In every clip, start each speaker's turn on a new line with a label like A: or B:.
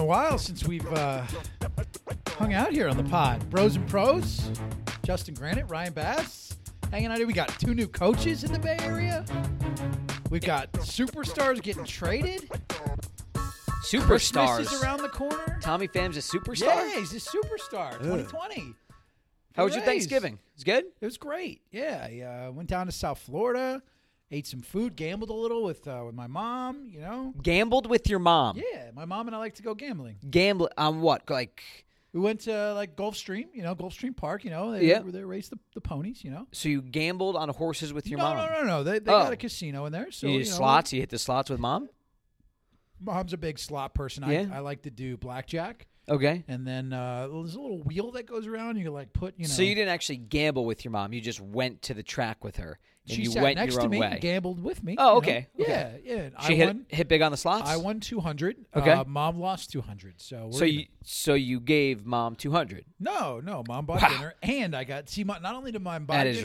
A: while since we've uh, hung out here on the pod. Bros and Pros, Justin Granite, Ryan Bass, hanging out here. We got two new coaches in the Bay Area. We've got superstars getting traded.
B: Superstars.
A: Christmas is around the corner.
B: Tommy Pham's a superstar.
A: Yeah, he's a superstar. 2020.
B: How was your
A: Hoorays.
B: Thanksgiving? It's good.
A: It was great. Yeah, I uh, went down to South Florida, ate some food, gambled a little with uh, with my mom. You know,
B: Gambled with your mom.
A: yeah, my mom and I like to go gambling.
B: Gamble on what? Like
A: We went to like Gulfstream, you know, Gulfstream Park. You know, they,
B: Yeah.
A: where they race the, the ponies. You know,
B: so you gambled on horses with your
A: no,
B: mom.
A: no, no, no. They, they
B: Oh.
A: got a casino in there. So
B: you
A: you
B: did
A: know,
B: slots. You hit the slots with mom.
A: Mom's a big slot person.
B: Yeah.
A: I, I like to do blackjack,
B: Okay.
A: and then uh, there's a little wheel that goes around. You can like put, you know.
B: So you didn't actually gamble with your mom. You just went to the track with her and
A: she
B: you
A: sat
B: went
A: next
B: your
A: to
B: own
A: me
B: way.
A: and gambled with me.
B: Oh,
A: you know?
B: okay, okay.
A: Yeah, yeah. and
B: she
A: I
B: hit
A: won.
B: hit big on the slots.
A: I won 200.
B: Okay.
A: Uh, mom lost 200. So we're
B: So
A: gonna-
B: you so you gave mom two hundred.
A: no, no, mom bought
B: Wow.
A: dinner, and I got see. mo- Not only did mom buy
B: That
A: dinner,
B: is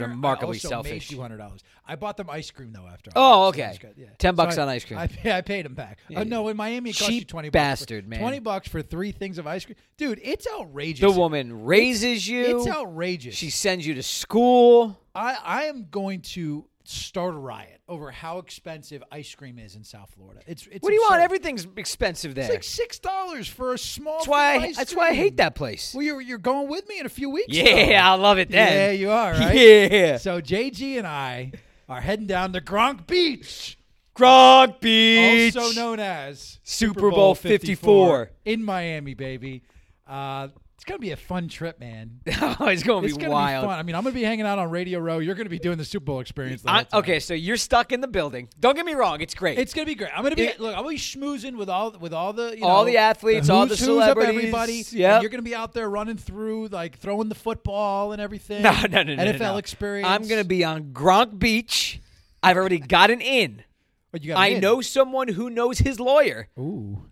A: I
B: remarkably
A: also
B: selfish.
A: Two hundred dollars. I bought them ice cream though after.
B: Oh,
A: all that, so
B: okay.
A: it's good, yeah.
B: 10
A: So
B: bucks
A: I-
B: on ice cream.
A: I, pay- I paid him back. Oh no, in Miami, it cost you
B: Cheap
A: twenty. bucks
B: bastard,
A: for,
B: man.
A: Twenty bucks for three things of ice cream, dude. It's outrageous.
B: The woman raises you.
A: It's outrageous.
B: she sends you to school.
A: I, I am going to start a riot over how expensive ice cream is in South Florida. It's, it's
B: What do you want?
A: absurd.
B: Everything's expensive there.
A: It's like six dollars for a small.
B: that's why.
A: thing of
B: I,
A: ice
B: that's why I hate
A: cream.
B: that place.
A: Well, you're you're going with me in a few weeks. though.
B: Yeah, I love it then.
A: Yeah, you are, right?
B: Yeah.
A: So JG and I are heading down to Gronk Beach,
B: Gronk Beach.
A: also known as
B: Super Bowl 54.
A: in Miami, baby. Uh, it's gonna be a fun trip, man.
B: oh, it's going to
A: It's
B: be
A: gonna
B: wild.
A: be fun. I mean, I'm gonna be hanging out on Radio Row. You're gonna be doing the Super Bowl experience. the
B: I-
A: whole time.
B: okay, so you're stuck in the building. Don't get me wrong, it's great.
A: It's gonna be great. I'm gonna be
B: It-
A: look. I'm gonna be schmoozing with all with all the you
B: All
A: know,
B: the athletes, all the
A: who's who's of
B: celebrities.
A: everybody. and
B: Yep.
A: you're gonna be out there running through like throwing the football and everything.
B: no, no, no, no, no,
A: NFL
B: no.
A: experience.
B: I'm going to be on Gronk Beach. I've already gotten in.
A: But you got
B: I know someone who knows his lawyer.
A: Ooh,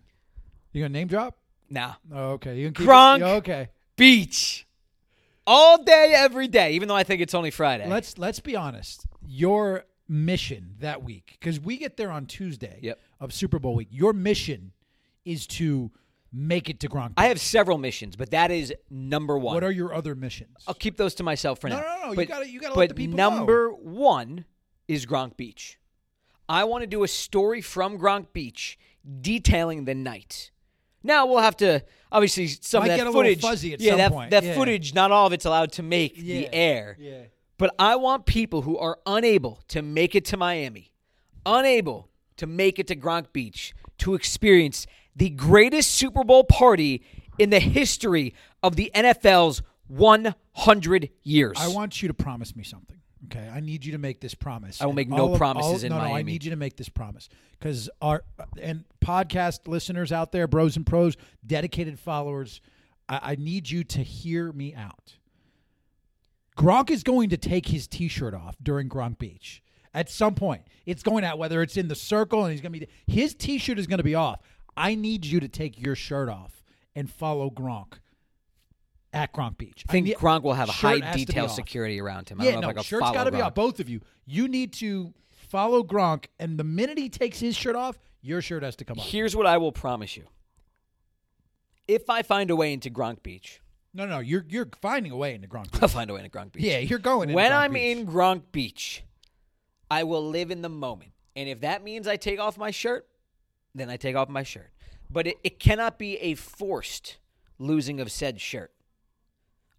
A: you gonna name drop?
B: Nah.
A: Oh, okay, you can keep
B: Gronk.
A: It, okay,
B: Beach. All day, every day, even though I think it's only Friday.
A: let's let's be honest. Your mission that week, because we get there on Tuesday
B: Yep.
A: of Super Bowl week. Your mission is to make it to Gronk.
B: I have several missions, but that is number one.
A: what are your other missions?
B: I'll keep those to myself for
A: No,
B: now.
A: no, no, you
B: But-
A: gotta- you gotta
B: But
A: let the people know.
B: number one is Gronk Beach. I want to do a story from Gronk Beach detailing the night. Now we'll have to obviously some
A: Might
B: of that
A: get a little
B: footage.
A: fuzzy at
B: yeah,
A: some
B: that,
A: point,
B: that
A: yeah.
B: footage, not all of it's allowed to make
A: Yeah,
B: the air.
A: Yeah.
B: But I want people who are unable to make it to Miami, unable to make it to Gronk Beach, to experience the greatest Super Bowl party in the history of the NFL's 100 years.
A: I want you to promise me something. Okay, I need you to make this promise.
B: I will
A: And
B: make no
A: all
B: promises in
A: no, No, I
B: Miami.
A: need you to make this promise because our and podcast listeners out there, bros and pros, dedicated followers, I, I need you to hear me out. Gronk is going to take his T-shirt off during Gronk Beach at some point. It's going out whether it's in the circle and he's going to be his T-shirt is going to be off. I need you to take your shirt off and follow Gronk at Gronk Beach.
B: I think
A: need-
B: Gronk will have
A: shirt
B: high
A: has to be
B: detail
A: off.
B: security around him. I
A: Yeah,
B: don't know
A: no,
B: if I can
A: shirt's
B: follow
A: got to be
B: Gronk.
A: off. Both of you. You need to follow Gronk, and the minute he takes his shirt off, your shirt has to come off.
B: Here's what I will promise you. If I find a way into Gronk Beach,
A: No, no, you're you're finding a way into Gronk. Beach.
B: I'll find a way into Gronk Beach.
A: Yeah, you're going. into
B: when
A: Gronk
B: I'm
A: Beach.
B: in Gronk Beach, I will live in the moment. And if that means I take off my shirt, then I take off my shirt. But it, it cannot be a forced losing of said shirt.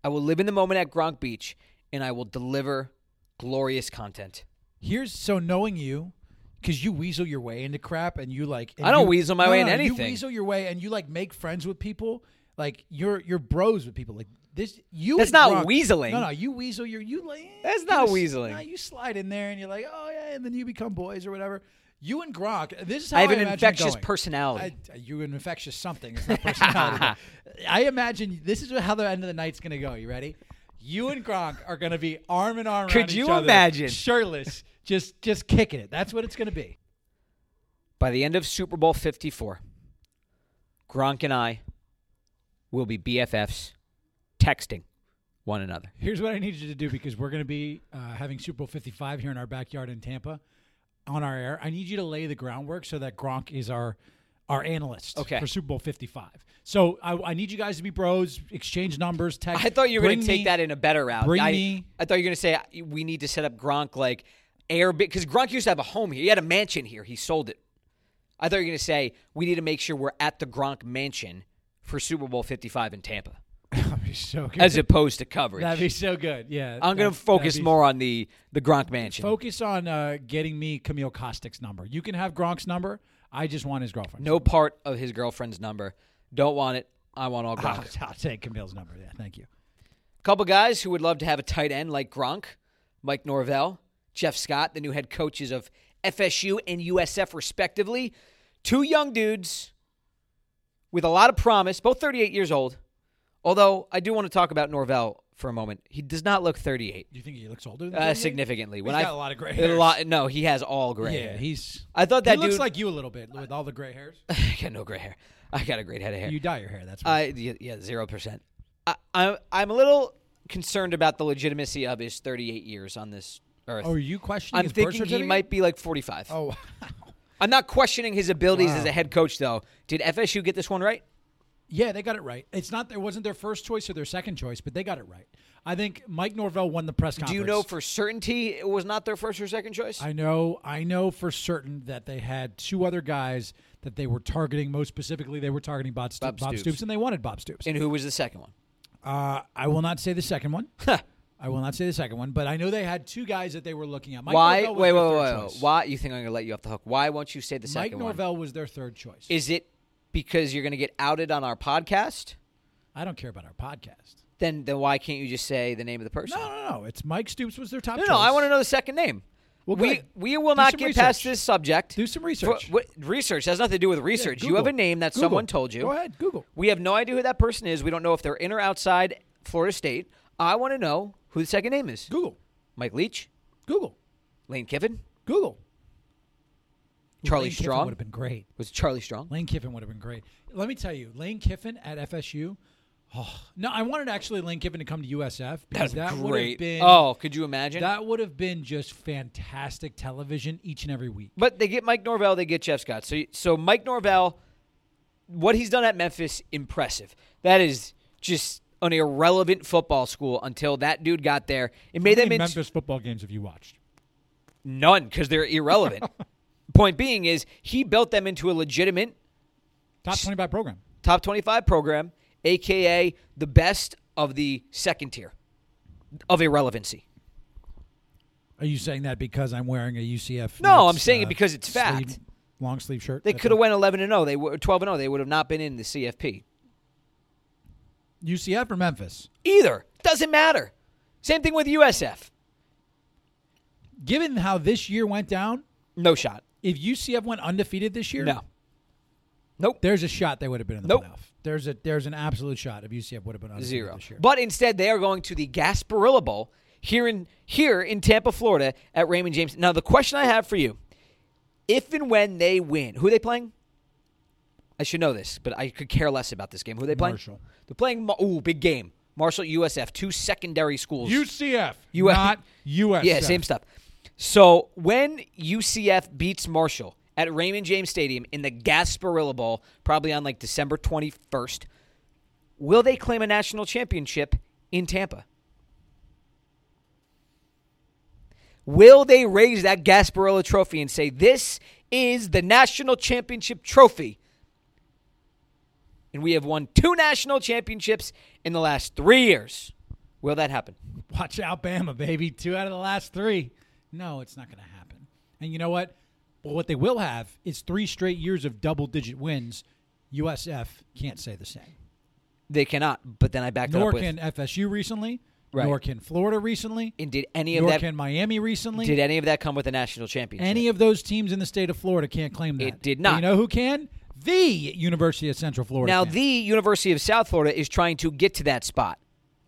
B: I will live in the moment at Gronk Beach and I will deliver glorious content.
A: Here's so knowing you, because you weasel your way into crap, and you like. and
B: I don't
A: you-
B: weasel my
A: no,
B: way
A: no,
B: into
A: you
B: anything.
A: weasel your way, and you like make friends with people. Like you're you're bros with people. Like this, you.
B: That's
A: and
B: not
A: Gronk-
B: weaseling.
A: No, no, you weasel your you like.
B: That's
A: you
B: not
A: just-
B: weaseling.
A: No, you slide in there, and you're like, oh yeah, and then you become boys or whatever. You and Gronk. This is how
B: I have an
A: imagine it
B: infectious
A: going.
B: personality.
A: I, uh, you an infectious something. It's not personality. I imagine this is how the end of the night's gonna go. You ready? You and Gronk are gonna be arm in arm.
B: Could
A: around each
B: you
A: other,
B: imagine?
A: Shirtless, just just kicking it. That's what it's gonna be.
B: By the end of Super Bowl 54, Gronk and I will be BFFs texting one another.
A: Here's what I need you to do because we're gonna be uh, having Super Bowl 55 here in our backyard in Tampa on our air. I need you to lay the groundwork so that Gronk is our our analysts
B: Okay.
A: for Super Bowl 55. So I, I need you guys to be bros, exchange numbers, text.
B: I thought you were going
A: Bring
B: to
A: me-
B: take that in a better route.
A: bring
B: I,
A: me-
B: I thought you were going to say I- we need to set up Gronk like air because Gronk used to have a home here. He had a mansion here. He sold it. I thought you were going to say we need to make sure we're at the Gronk mansion for Super Bowl 55 in Tampa
A: That'd be so good.
B: as opposed to coverage.
A: That'd be so good. Yeah.
B: I'm going
A: That'd-
B: to focus
A: that'd be-
B: more on the the Gronk mansion.
A: Focus on uh, getting me Camille Kostic's number. You can have Gronk's number. I just want his girlfriend.
B: no part of his girlfriend's number. Don't want it. I want all Gronk.
A: I'll, I'll take Camille's number. Yeah, thank you.
B: couple guys who would love to have a tight end like Gronk, Mike Norvell, Jeff Scott, the new head coaches of FSU and USF, respectively. Two young dudes with a lot of promise, both 38 years old. Although I do want to talk about Norvell for a moment. He does not look 38
A: You think he looks older? Than
B: uh,
A: 38?
B: significantly.
A: He's
B: I
A: got a lot of gray
B: a lot- no, he has all gray.
A: Yeah,
B: hair.
A: he's.
B: I thought
A: he
B: that dude
A: looks like you a little bit with all the gray hairs.
B: I got no gray hair. I got a great head of hair.
A: You dye your hair. That's why.
B: I y- yeah, zero percent. I'm I'm a little concerned about the legitimacy of his 38 years on this earth.
A: oh, are you questioning?
B: I'm
A: his birth
B: thinking he
A: certificate?
B: might be like 45.
A: Oh,
B: I'm not questioning his abilities
A: Wow.
B: as a head coach, though. Did FSU get this one right?
A: yeah, they got it right. It's not. It wasn't their first choice or their second choice, but they got it right. I think Mike Norvell won the press
B: Do
A: conference.
B: you know for certainty it was not their first or second choice?
A: I know. I know for certain that they had two other guys that they were targeting. Most specifically, they were targeting Bob, Stu-
B: Bob
A: Bob
B: Stoops.
A: Stoops, and they wanted Bob Stoops.
B: and who was the second one?
A: Uh, I will not say the second one. I will not say the second one, but I know they had two guys that they were looking at. Mike
B: Why?
A: Norvell was
B: Wait, wait,
A: their
B: wait,
A: third
B: wait, wait.
A: choice.
B: Why? You think I'm going to let you off the hook? Why won't you say the
A: Mike
B: second one?
A: Norvell was their third choice.
B: Is it because you're going to get outed on our podcast?
A: I don't care about our podcast.
B: Then, then why can't you just say the name of the person?
A: No, no, no. It's Mike Stoops was their top.
B: No,
A: choice.
B: no, I want to know the second name.
A: Well,
B: we
A: good.
B: we will
A: Do
B: not
A: some
B: get past
A: research.
B: this subject.
A: Do some
B: For-
A: research.
B: what- research has nothing to do with research. you have a
A: Google.
B: name that
A: Google.
B: someone told you.
A: Go ahead, Google.
B: We have no idea who that person is. We don't know if they're in or outside Florida State. I want to know who the second name is.
A: Google,
B: Mike Leach,
A: Google,
B: Lane Kiffin,
A: Google.
B: Charlie
A: Lane
B: Strong.
A: would have been great.
B: was it Charlie Strong?
A: Lane Kiffin would have been great. Let me tell you, Lane Kiffin at FSU. Oh, no, I wanted actually Lane Kiffin to come to USF because that would
B: great.
A: have been
B: oh, could you imagine?
A: that would have been just fantastic television each and every week.
B: But they get Mike Norvell, they get Jeff Scott. So so Mike Norvell, what he's done at Memphis, impressive. That is just an irrelevant football school until that dude got there. It made
A: How
B: them
A: many
B: into
A: Memphis football games have you watched?
B: none because they're irrelevant. Point being is he built them into a legitimate
A: Top twenty-five program.
B: top 25 program, aka the best of the second tier of irrelevancy.
A: Are you saying that because I'm wearing a UCF?
B: No,
A: Knights,
B: I'm saying it
A: uh,
B: because it's fact.
A: sleeve- long sleeve shirt.
B: They
A: That's
B: could have
A: all.
B: went 11 and 0. They were 12 and 0. They would have not been in the CFP.
A: UCF or Memphis.
B: Either doesn't matter. Same thing with USF.
A: Given how this year went down,
B: No shot.
A: if UCF went undefeated this year,
B: No. Nope.
A: there's a shot they would have been in the
B: Nope.
A: playoff. There's a there's an absolute shot if UCF would have been undefeated
B: Zero.
A: this year.
B: But instead, they are going to the Gasparilla Bowl here in here in Tampa, Florida, at Raymond James. Now, the question I have for you: If and when they win, who are they playing? I should know this, but I could care less about this game. Who are they playing?
A: Marshall.
B: They're playing. Ma- Ooh, big game. Marshall, USF, two secondary schools.
A: UCF,
B: UF
A: not USF.
B: Yeah, same stuff. So when UCF beats Marshall at Raymond James Stadium in the Gasparilla Bowl, probably on like December 21st, will they claim a national championship in Tampa? Will they raise that Gasparilla trophy and say, this is the national championship trophy? And we have won two national championships in the last three years. Will that happen?
A: Watch out, Bama, baby. Two out of the last three. No, it's not going to happen. And you know what? Well, what they will have is three straight years of double digit wins. USF can't say the same.
B: They cannot. But then I backed it
A: Nor
B: up with.
A: can FSU recently.
B: Right.
A: Nor can Florida recently.
B: and did any of
A: Nor
B: that
A: can Miami recently.
B: did any of that come with a national championship?
A: Any of those teams in the state of Florida can't claim that.
B: It did
A: But
B: not.
A: You know who can? The University of Central Florida.
B: now
A: can.
B: the University of South Florida is trying to get to that spot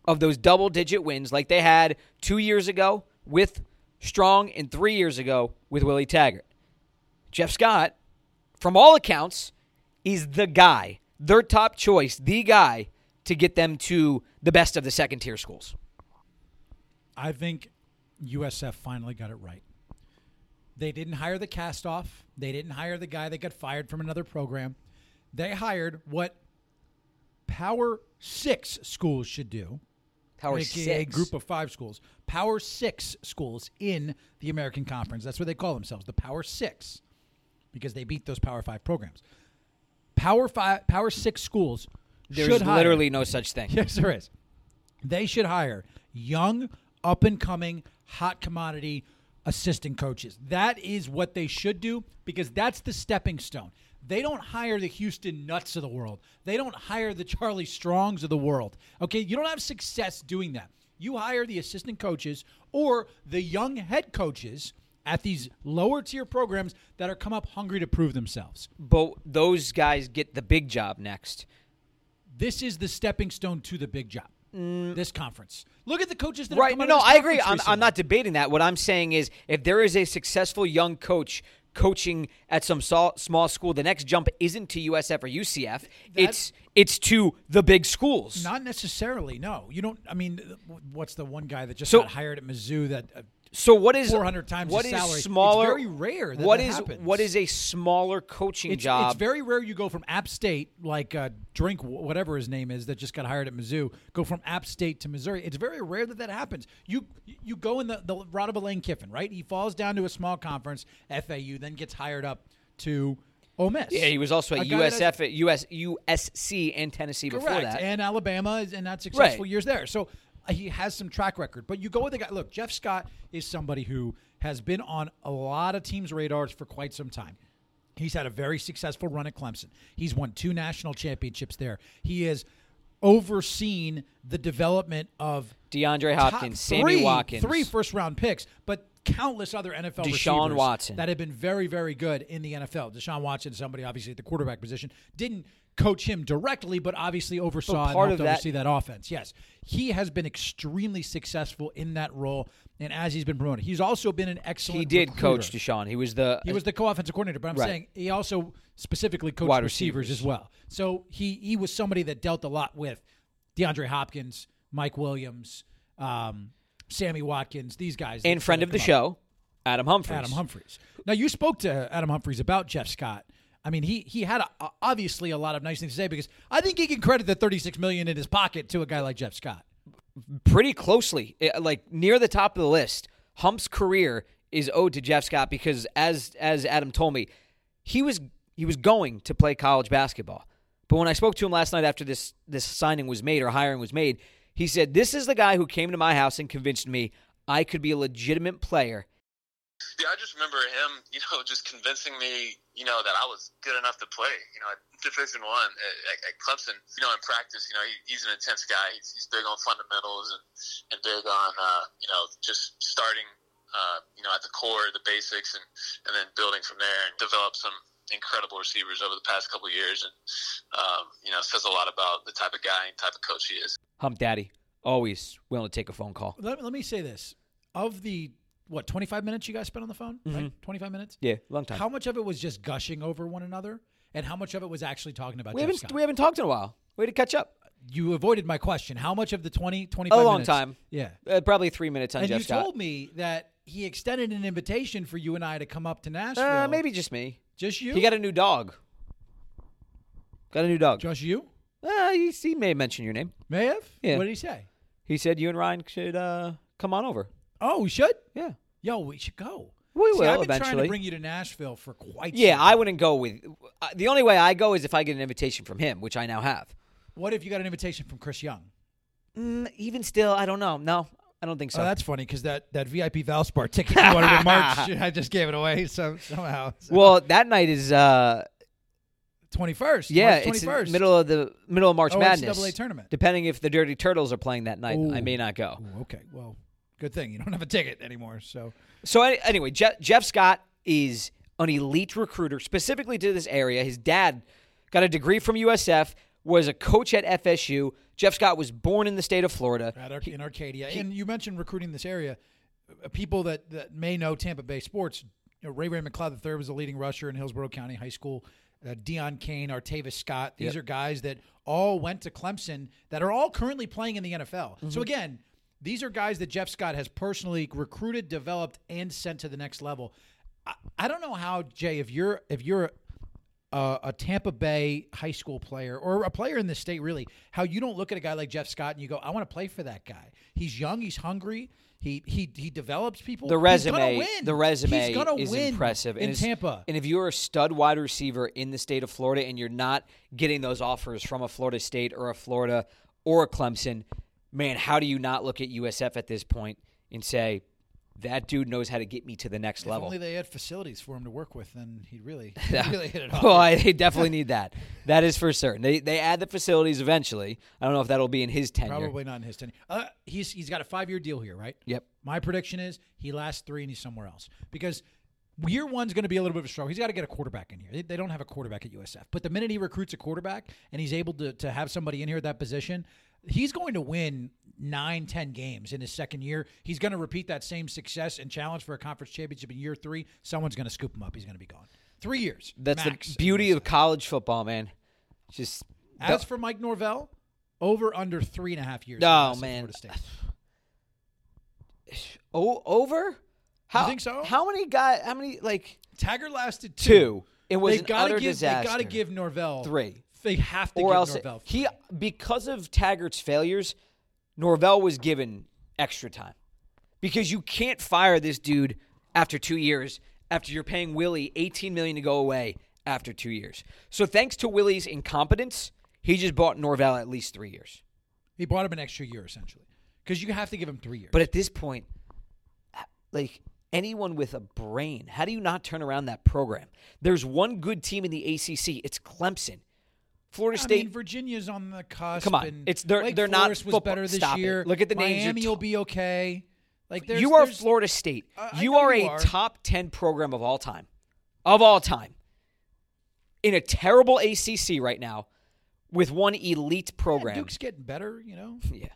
B: of those double digit wins like they had 2 years ago with Strong and 3 years ago with Willie Taggart. Jeff Scott from all accounts is the guy, their top choice, the guy to get them to the best of the second tier schools.
A: I think USF finally got it right. They didn't hire the cast off. They didn't hire the guy that got fired from another program. They hired what Power Six schools should do,
B: Power
A: aka
B: six.
A: group of five schools. Power Six schools in the American Conference. That's what they call themselves, the Power Six, because they beat those Power Five programs. Power Five, Power Six schools
B: There's
A: should hire-
B: literally no such thing.
A: Yes, there is. They should hire young, up and coming, hot commodity assistant coaches. That is what they should do because that's the stepping stone. They don't hire the Houston Nuts of the world. They don't hire the Charlie Strongs of the world. Okay, you don't have success doing that. You hire the assistant coaches or the young head coaches at these lower tier programs that are come up hungry to prove themselves.
B: But those guys get the big job next.
A: this is the stepping stone to the big job. This conference. Look at the coaches that
B: Mm. Right.
A: Have come
B: No,
A: out of
B: no,
A: this
B: I agree.
A: conference
B: I'm,
A: recently.
B: I'm not debating that. What I'm saying is if there is a successful young coach coaching at some so- small school, the next jump isn't to USF or UCF. it's it's to the big schools.
A: Not necessarily. No, you don't. I mean, th- what's the one guy that just
B: So-
A: got hired at Mizzou that uh,
B: so what is
A: 400 times
B: what
A: his
B: is
A: salary? It's
B: smaller
A: very rare that
B: what
A: that
B: is-
A: happens.
B: what is a smaller coaching
A: it's,
B: job
A: it's very rare you go from App State like uh, drink wh- whatever his name is that just got hired at Mizzou go from App State to Missouri. It's very rare that that happens. You you go in the the route of Elaine Kiffin, right? He falls down to a small conference, FAU, then gets hired up to Ole Miss.
B: Yeah, he was also
A: A
B: at
A: guy that
B: USF, at US, USC, and Tennessee before
A: Correct.
B: that.
A: And Alabama is- and not successful
B: Right.
A: years there. So uh, he has some track record. But you go with a guy. Look, Jeff Scott is somebody who has been on a lot of teams' radars for quite some time. He's had a very successful run at Clemson. He's won two national championships there. He has overseen the development of
B: DeAndre
A: top
B: Hopkins, Sammy
A: three-
B: Watkins,
A: three first round picks, but countless other NFL
B: Deshaun
A: receivers
B: Watson.
A: that have been very, very good in the NFL. Deshaun Watson, somebody obviously at the quarterback position, didn't coach him directly, but obviously oversaw
B: But part
A: and helped
B: of that-
A: oversee that offense. Yes, he has been extremely successful in that role, and as he's been promoted, he's also been an excellent.
B: he did coach
A: recruiter.
B: Deshaun. He was the
A: He was the co-offensive coordinator, but I'm
B: Right.
A: saying he also specifically coached
B: Wide
A: receivers. as well. So he he was somebody that dealt a lot with DeAndre Hopkins, Mike Williams, um, Sammy Watkins, these guys. that-
B: and friend
A: that
B: of the
A: come up.
B: show, Adam Humphries.
A: Adam Humphreys. Now you spoke to Adam Humphreys about Jeff Scott. I mean, he he had a, obviously a lot of nice things to say because I think he can credit the 36 million in his pocket to a guy like Jeff Scott.
B: Pretty closely, eh, like near the top of the list. Hump's career is owed to Jeff Scott because, as as Adam told me, he was he was going to play college basketball. But when I spoke to him last night after this this signing was made or hiring was made, he said, "This is the guy who came to my house and convinced me I could be a legitimate player
C: Yeah, I just remember him, you know, just convincing me, you know, that I was good enough to play, you know, at Division One at, at, at Clemson. You know, in practice, you know, he, he's an intense guy. He's, he's big on fundamentals and, and big on, uh, you know, just starting, uh, you know, at the core, the basics, and, and then building from there and develop some incredible receivers over the past couple of years. And, um, you know, says a lot about the type of guy and type of coach he is.
B: Hump Daddy, always willing to take a phone call.
A: Let, let me say this: of the what 25 minutes you guys spent on the phone,
B: Mm-hmm.
A: right? 25 minutes.
B: Yeah, long time.
A: How much of it was just gushing over one another, and how much of it was actually talking about
B: we
A: Jeff
B: haven't
A: Scott?
B: we haven't talked in a while. Way to catch up.
A: you avoided my question. How much of the 20, 25
B: A long
A: minutes-
B: time.
A: Yeah.
B: Uh, probably three minutes on
A: And
B: Jeff
A: you
B: Scott.
A: told me that he extended an invitation for you and I to come up to Nashville.
B: uh, maybe just me.
A: Just you?
B: He got a new dog. Got a new dog.
A: Just you?
B: Uh, he, he may mention your name.
A: May have?
B: Yeah.
A: What did he say?
B: He said you and Ryan should uh, come on over.
A: Oh, we should?
B: Yeah.
A: Yo, we should go.
B: We
A: See,
B: will
A: I've been trying
B: eventually.
A: to bring you to Nashville for quite
B: Yeah,
A: some
B: I wouldn't go with. Uh, the only way I go is if I get an invitation from him, which I now have.
A: What if you got an invitation from Chris Young?
B: Mm, even still, I don't know. No, I don't think so.
A: Oh, that's funny because that, that VIP Valspar ticket you wanted in March, I just gave it away so somehow. So-
B: well, that night is uh,
A: 21st.
B: yeah,
A: March 21st.
B: it's in middle of the middle of March
A: Oh,
B: Madness
A: NCAA tournament.
B: Depending if the Dirty Turtles are playing that night, I may not go.
A: Ooh, okay. Well, good thing you don't have a ticket anymore. So
B: So any- anyway, Jeff, Jeff Scott is an elite recruiter, specifically to this area. His dad got a degree from USF, was a coach at FSU. Jeff Scott was born in the state of Florida.
A: at Arc- in Arcadia, and you mentioned recruiting this area. Uh, People that, that may know Tampa Bay sports, you know, Ray Ray McLeod III was a leading rusher in Hillsborough County High School. Uh, Dion Kane, Artavis Scott. These are guys that all went to Clemson that are all currently playing in the NFL. So again, these are guys that Jeff Scott has personally recruited, developed, and sent to the next level. I, I don't know how Jay, if you're if you're uh, a Tampa Bay high school player or a player in the state, really, how you don't look at a guy like Jeff Scott and you go, "I want to play for that guy. He's young. He's hungry. He he he develops people.
B: The
A: He's gonna
B: resume,
A: win.
B: the resume
A: He's gonna
B: is
A: win
B: impressive
A: in
B: it's-
A: Tampa.
B: And if you're a stud wide receiver in the state of Florida and you're not getting those offers from a Florida State or a Florida or a Clemson, man, how do you not look at USF at this point and say that dude knows how to get me to the next
A: if
B: level?
A: only they had facilities for him to work with, then he'd really he'd really hit it off.
B: Well, I, they definitely need that. That is for certain. They they add the facilities eventually. I don't know if that'll be in his tenure.
A: Probably not in his tenure. Uh, he's he's got a five year deal here, right?
B: Yep.
A: My prediction is he lasts three and he's somewhere else because year one's going to be a little bit of a struggle. He's got to get a quarterback in here. They, they don't have a quarterback at USF, but the minute he recruits a quarterback and he's able to to have somebody in here at that position, he's going to win nine, ten games in his second year. He's going to repeat that same success and challenge for a conference championship in year three. Someone's going to scoop him up. He's going to be gone. Three years.
B: That's
A: max.
B: the beauty of college football, man. Just
A: As for Mike Norvell, over under three and a half years. he
B: Oh,
A: lasts at
B: man.
A: Florida State.
B: oh, over. How
A: think so?
B: How many guys? How many like
A: Tagger lasted two.
B: two? It was
A: They've
B: an
A: got
B: utter
A: to give.
B: disaster.
A: They got to give Norvell
B: Three.
A: They have to
B: or
A: give
B: else
A: Norvell. three.
B: he because of Taggart's failures, Norvell was given extra time because you can't fire this dude after two years after you're paying Willie 18 million to go away after two years. So thanks to Willie's incompetence, he just bought Norvell at least three years.
A: he bought him an extra year essentially because you have to give him three years.
B: But at this point, like anyone with a brain, how do you not turn around that program? There's one good team in the ACC. It's Clemson. Florida
A: I
B: State
A: mean, Virginia's on the cusp.
B: Come on.
A: and
B: It's- they're-
A: Wake
B: they're not
A: Forest was
B: football-
A: better this
B: Stop it.
A: year.
B: Look at the names
A: Miami
B: you're
A: will
B: ta-
A: be okay. Like there's,
B: you are
A: there's-
B: Florida State.
A: I- I
B: you
A: know
B: are
A: you
B: a
A: are.
B: top 10 program of all time. Of all time. In a terrible ACC right now with one elite
A: Yeah,
B: program.
A: Duke's getting better. You know,
B: Yeah.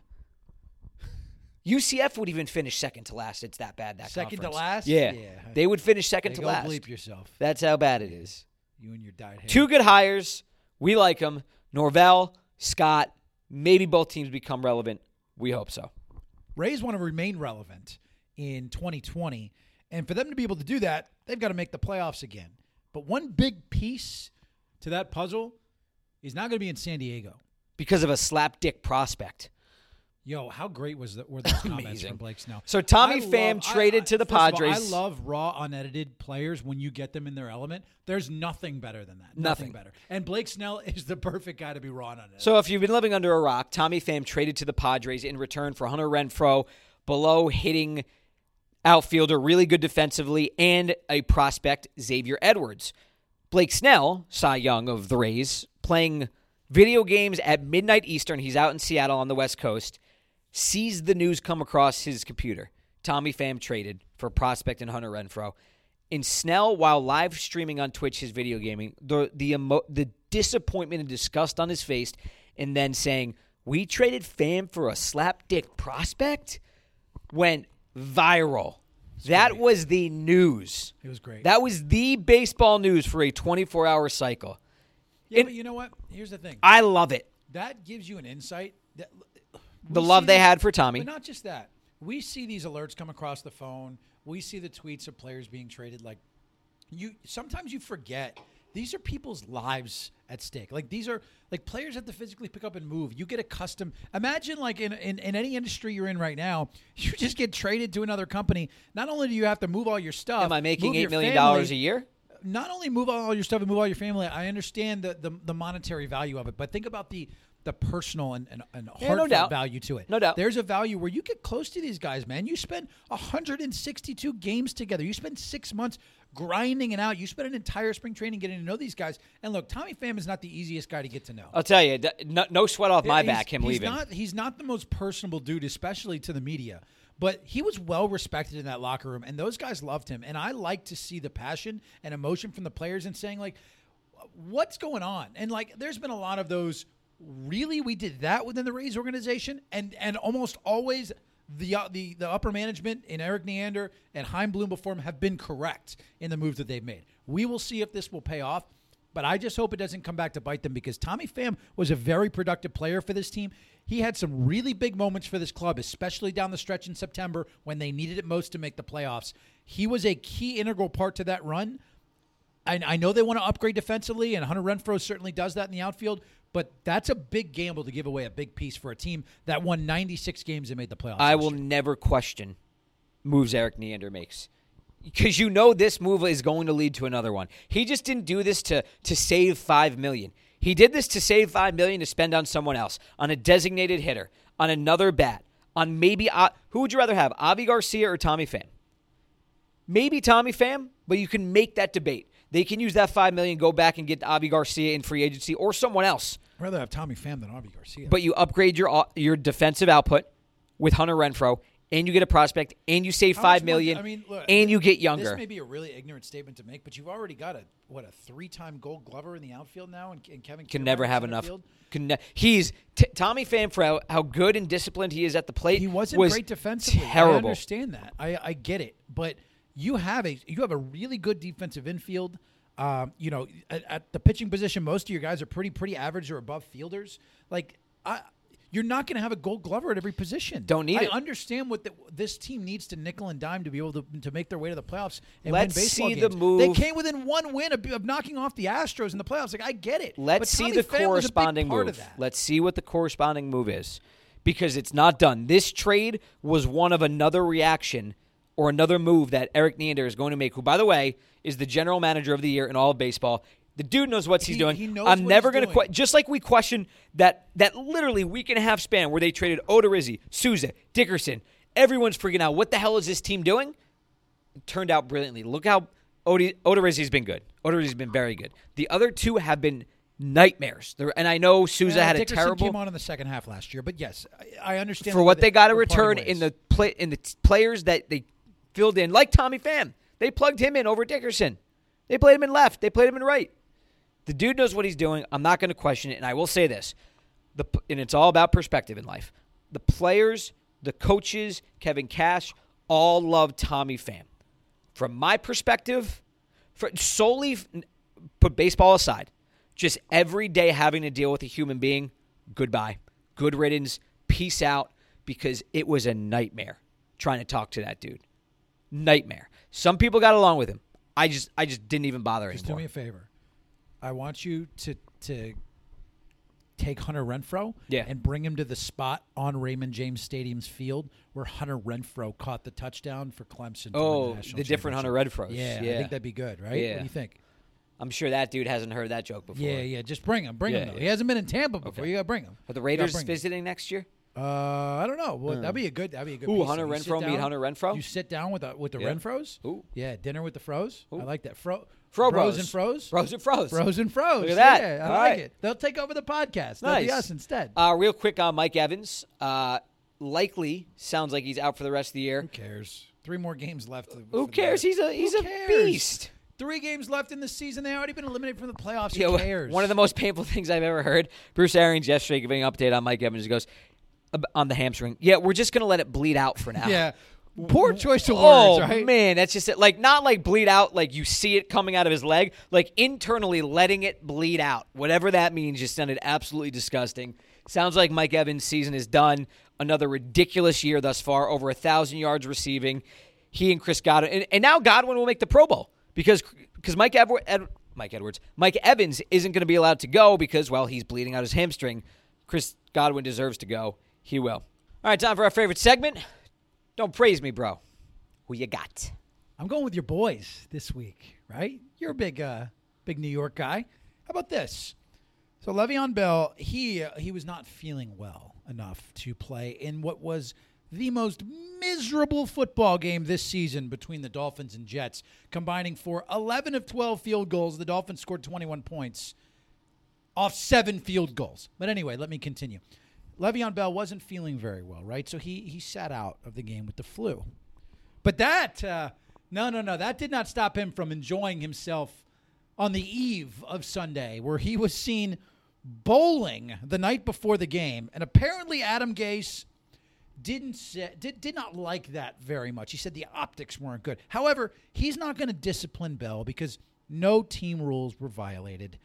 B: UCF would even finish second to last. It's that bad that
A: Second to
B: conference.
A: last?
B: Yeah.
A: Yeah.
B: They would finish second
A: Hey,
B: to
A: go
B: last.
A: bleep yourself.
B: That's how bad it is.
A: You and your dyed hair.
B: Two good hires. We like them. Norvell, Scott, maybe both teams become relevant. We hope so.
A: Rays want to remain relevant in 2020. And for them to be able to do that, they've got to make the playoffs again. But one big piece to that puzzle is not going to be in San Diego.
B: Because of a slapdick prospect.
A: Yo, how great was that? Were those comments
B: Amazing.
A: from Blake Snell?
B: So Tommy
A: I
B: Pham traded to the
A: first of all,
B: Padres.
A: I love raw, unedited players when you get them in their element. There's nothing better than that.
B: Nothing.
A: better. And Blake Snell is the perfect guy to be raw and unedited.
B: So if you've been living under a rock, Tommy Pham traded to the Padres in return for Hunter Renfro, below hitting outfielder, really good defensively, and a prospect, Xavier Edwards. Blake Snell, Cy Young of the Rays, playing video games at midnight Eastern. He's out in Seattle on the West Coast. Sees the news come across his computer. Tommy Pham traded for prospect and Hunter Renfro. And Snell, while live streaming on Twitch his video gaming, the the emo- the disappointment and disgust on his face, and then saying, "We traded Pham for a slap dick prospect," went viral. that was the news.
A: it was great.
B: That was the baseball news for a 24 hour cycle.
A: yeah,
B: it-
A: but you know what? Here's the thing.
B: I love it.
A: that gives you an insight. That,
B: The
A: we
B: love
A: see
B: they
A: this-
B: had for Tommy.
A: But not just that. We see these alerts come across the phone. We see the tweets of players being traded. Like you, sometimes you forget these are people's lives at stake. Like these are like players have to physically pick up and move. You get accustomed. Imagine like in in, in any industry you're in right now, you just get traded to another company. Not only do you have to move all your stuff,
B: Am I making
A: move your
B: $8 million
A: family,
B: dollars a year?
A: not only move all your stuff and move all your family, I understand the, the, the monetary value of it, but think about the the personal and, and, and
B: no
A: heartfelt
B: doubt.
A: value to it.
B: No doubt.
A: There's a value where you get close to these guys, man. You spend 162 games together. You spend six months grinding it out. You spend an entire spring training getting to know these guys. And look, Tommy Pham is not the easiest guy to get to know.
B: I'll tell you, th- no, no sweat off my
A: He's-
B: back, him
A: he's
B: leaving.
A: Not, he's not the most personable dude, especially to the media. But he was well respected in that locker room, and those guys loved him. And I like to see the passion and emotion from the players and saying like, "What's going on?" And like, there's been a lot of those. Really, we did that within the Rays organization, and and almost always the uh, the the upper management and Eric Neander and Heim Bloom before him have been correct in the moves that they've made. We will see if this will pay off. But I just hope it doesn't come back to bite them because Tommy Pham was a very productive player for this team. He had some really big moments for this club, especially down the stretch in September when they needed it most to make the playoffs. He was a key integral part to that run. I, I know they want to upgrade defensively, and Hunter Renfro certainly does that in the outfield. But that's a big gamble to give away a big piece for a team that won 96 games and made the playoffs.
B: I
A: last
B: will
A: year.
B: never question moves Eric Neander makes because you know this move is going to lead to another one. He just didn't do this to to save five million. He did this to save five million to spend on someone else, on a designated hitter, on another bat, on maybe uh, who would you rather have, Avi Garcia or Tommy Pham? Maybe Tommy Pham, but you can make that debate. They can use that five million, go back and get Avi Garcia in free agency or someone else.
A: I'd rather have Tommy Pham than Avi Garcia.
B: But you upgrade your au- your defensive output with Hunter Renfro, and you get a prospect, and you save
A: How
B: five
A: much more-
B: million,
A: I mean, look,
B: and you get
A: This
B: younger.
A: may be a really ignorant statement to make, but you've already got a what a three-time Gold Glover in the outfield now, and, and Kevin
B: Can
A: Kiermaier
B: never
A: in
B: have
A: center
B: enough.
A: field.
B: Can ne- he's t- Tommy Pham for how, how good and disciplined he is at the plate.
A: He wasn't
B: was
A: great defensively. I
B: Terrible.
A: understand that. I, I get it, but you have a you have a really good defensive infield. Um, you know, at, at the pitching position, most of your guys are pretty pretty average or above fielders. Like, I, you're not going to have a Gold Glover at every position.
B: Don't need
A: I
B: it.
A: understand what the, this team needs to nickel and dime to be able to, to make their way to the playoffs and
B: Let's
A: win baseball
B: see the
A: games. They
B: move.
A: came within one win of, of knocking off the Astros in the playoffs. Like, I get it. But
B: Let's see
A: Tommy
B: the
A: Pham was a big
B: corresponding
A: part
B: move.
A: Of that.
B: Let's see what the corresponding move is because it's not done. This trade was one of another reaction or another move that Eric Neander is going to make, who, by the way, is the general manager of the year in all of baseball. The dude knows what he's
A: He-
B: doing.
A: he knows
B: I'm
A: what
B: never
A: he's
B: gonna
A: doing.
B: que- just like we question that that literally week and a half span where they traded Odorizzi, Souza, Dickerson. Everyone's freaking out. What the hell is this team doing? turned out brilliantly. Look how Odi- Odorizzi's been good. Odorizzi's been very good. The other two have been nightmares. There, and I know Souza
A: Yeah,
B: had
A: Dickerson
B: a terrible
A: came on in the second half last year, but yes, I, I understand
B: for
A: why
B: what they got to
A: were
B: return
A: parting ways.
B: in the play in the t- players that they filled in, like Tommy Pham. They plugged him in over Dickerson. They played him in left. They played him in right. The dude knows what he's doing. I'm not going to question it. And I will say this, the p- and it's all about perspective in life. The players, the coaches, Kevin Cash, all love Tommy Pham. From my perspective, for, solely f- n- put baseball aside, just every day having to deal with a human being, goodbye, good riddance, peace out, because it was a nightmare trying to talk to that dude. Nightmare. Some people got along with him. I just, I just didn't even bother
A: Just do
B: anymore.
A: me a favor. I want you to to take Hunter Renfro
B: Yeah.
A: and bring him to the spot on Raymond James Stadium's field where Hunter Renfro caught the touchdown for Clemson. to win
B: Oh,
A: the, national
B: the different Hunter
A: championship.
B: Renfros.
A: Yeah, I
B: Yeah.
A: think that'd be good, right? What
B: Yeah.
A: do you think?
B: I'm sure that dude hasn't heard that joke before.
A: Yeah, yeah. Just bring him. Bring him.
B: Yeah,
A: Though.
B: yeah.
A: He hasn't been in Tampa before.
B: Okay.
A: You gotta bring him. You
B: Are the
A: gotta
B: Raiders
A: bring him.
B: visiting next year?
A: Uh, I don't know. Well, that'd be a good. That'd be a good.
B: Hmm. Ooh,
A: piece.
B: Hunter
A: If you sit
B: Renfro meet
A: down-
B: Hunter Renfro?
A: You sit down with the with the
B: Yeah.
A: Renfros.
B: Ooh.
A: yeah, dinner with the Fros. I like that. Fro,
B: Fro
A: Bros
B: Bros.
A: and Fros.
B: Bros and Fros.
A: Bros and Fros.
B: Look at that.
A: Yeah, I
B: All
A: like
B: right.
A: it. They'll take over the podcast. They'll
B: Nice.
A: be us instead.
B: Uh, real quick on Mike Evans. Uh, likely sounds like he's out for the rest of the year.
A: Who cares? Three more games left.
B: Who cares? He's a he's a beast.
A: Three games left in the season. They already been eliminated from the playoffs.
B: Yeah,
A: Who
B: wh-
A: cares?
B: One of the most painful things I've ever heard. Bruce Arians yesterday giving an update on Mike Evans. He goes "Ab- on the hamstring. Yeah, we're just gonna let it bleed out for now.
A: yeah. Poor choice of
B: Oh
A: words, right?
B: man, that's just it. Like not like bleed out, like you see it coming out of his leg. Like internally letting it bleed out, whatever that means, just sounded absolutely disgusting. Sounds like Mike Evans' season is done. Another ridiculous year thus far, over a thousand yards receiving. He and Chris Godwin, and, and now Godwin will make the Pro Bowl because because Mike Edward, Ed, Mike Edwards, Mike Evans isn't going to be allowed to go because well he's bleeding out his hamstring. Chris Godwin deserves to go. He will. All right, time for our favorite segment. Don't praise me, bro. Who you got?
A: I'm going with your boys this week, right? You're a big, uh, big New York guy. How about this? So Le'Veon Bell, he uh, he was not feeling well enough to play in what was the most miserable football game this season between the Dolphins and Jets, combining for 11 of 12 field goals. The Dolphins scored 21 points off seven field goals. But anyway, let me continue. Le'Veon Bell wasn't feeling very well, right? So he he sat out of the game with the flu. But that, uh, no, no, no, that did not stop him from enjoying himself on the eve of Sunday, where he was seen bowling the night before the game. And apparently, Adam Gase didn't say, did, did not like that very much. He said the optics weren't good. However, he's not going to discipline Bell because no team rules were violated.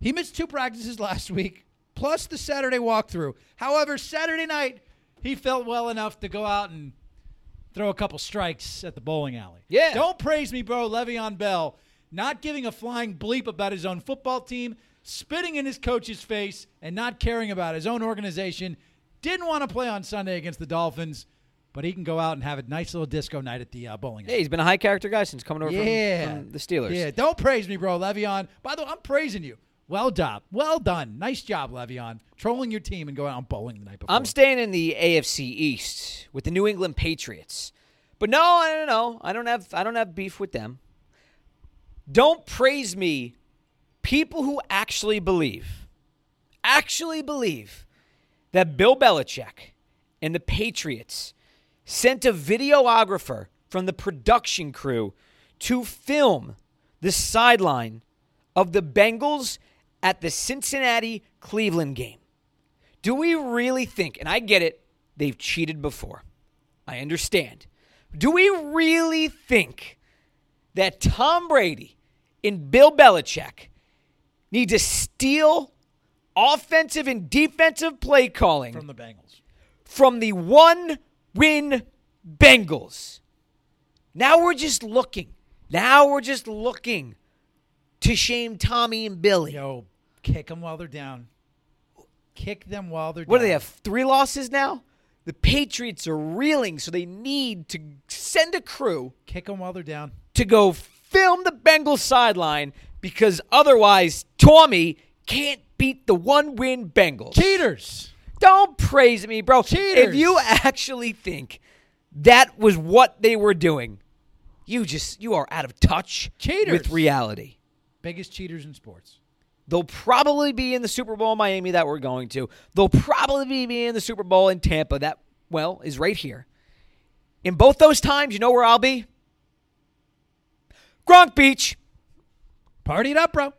A: He missed two practices last week, plus the Saturday walkthrough. However, Saturday night, he felt well enough to go out and throw a couple strikes at the bowling alley.
B: Yeah.
A: Don't praise me, bro. Le'Veon Bell not giving a flying bleep about his own football team, spitting in his coach's face, and not caring about his own organization. Didn't want to play on Sunday against the Dolphins, but he can go out and have a nice little disco night at the uh, bowling
B: Hey, he's been a high character guy since coming over from-
A: yeah.
B: from, uh, the Steelers.
A: Yeah, don't praise me, bro, Le'Veon. By the way, I'm praising you. Well done. Well done. Nice job, Le'Veon. Trolling your team and going out bowling the night before.
B: I'm staying in the AFC East with the New England Patriots. But no, I don't know. I don't have I don't have beef with them. Don't praise me. People who actually believe, actually believe that Bill Belichick and the Patriots sent a videographer from the production crew to film the sideline of the Bengals at the Cincinnati Cleveland game. Do we really think, and I get it, they've cheated before. I understand. Do we really think that Tom Brady and Bill Belichick need to steal offensive and defensive play calling
A: from the Bengals.
B: from the one win Bengals. Now we're just looking. Now we're just looking to shame Tommy and Billy.
A: Yo, kick them while they're down. Kick them while they're
B: What do
A: down.
B: they have? Three losses now? The Patriots are reeling, so they need to send a crew
A: Kick them while they're down.
B: to go film the Bengals sideline because otherwise Tommy can't beat the one win Bengals.
A: Cheaters.
B: Don't praise me, bro. If
A: Cheaters.
B: you actually think that was what they were doing, you just you are out of touch with
A: Cheaters.
B: reality.
A: Biggest cheaters in sports.
B: They'll probably be in the Super Bowl in Miami that we're going to. They'll probably be in the Super Bowl in Tampa that well is right here. In both those times, you know where I'll be? Gronk Beach.
A: Party it up, bro.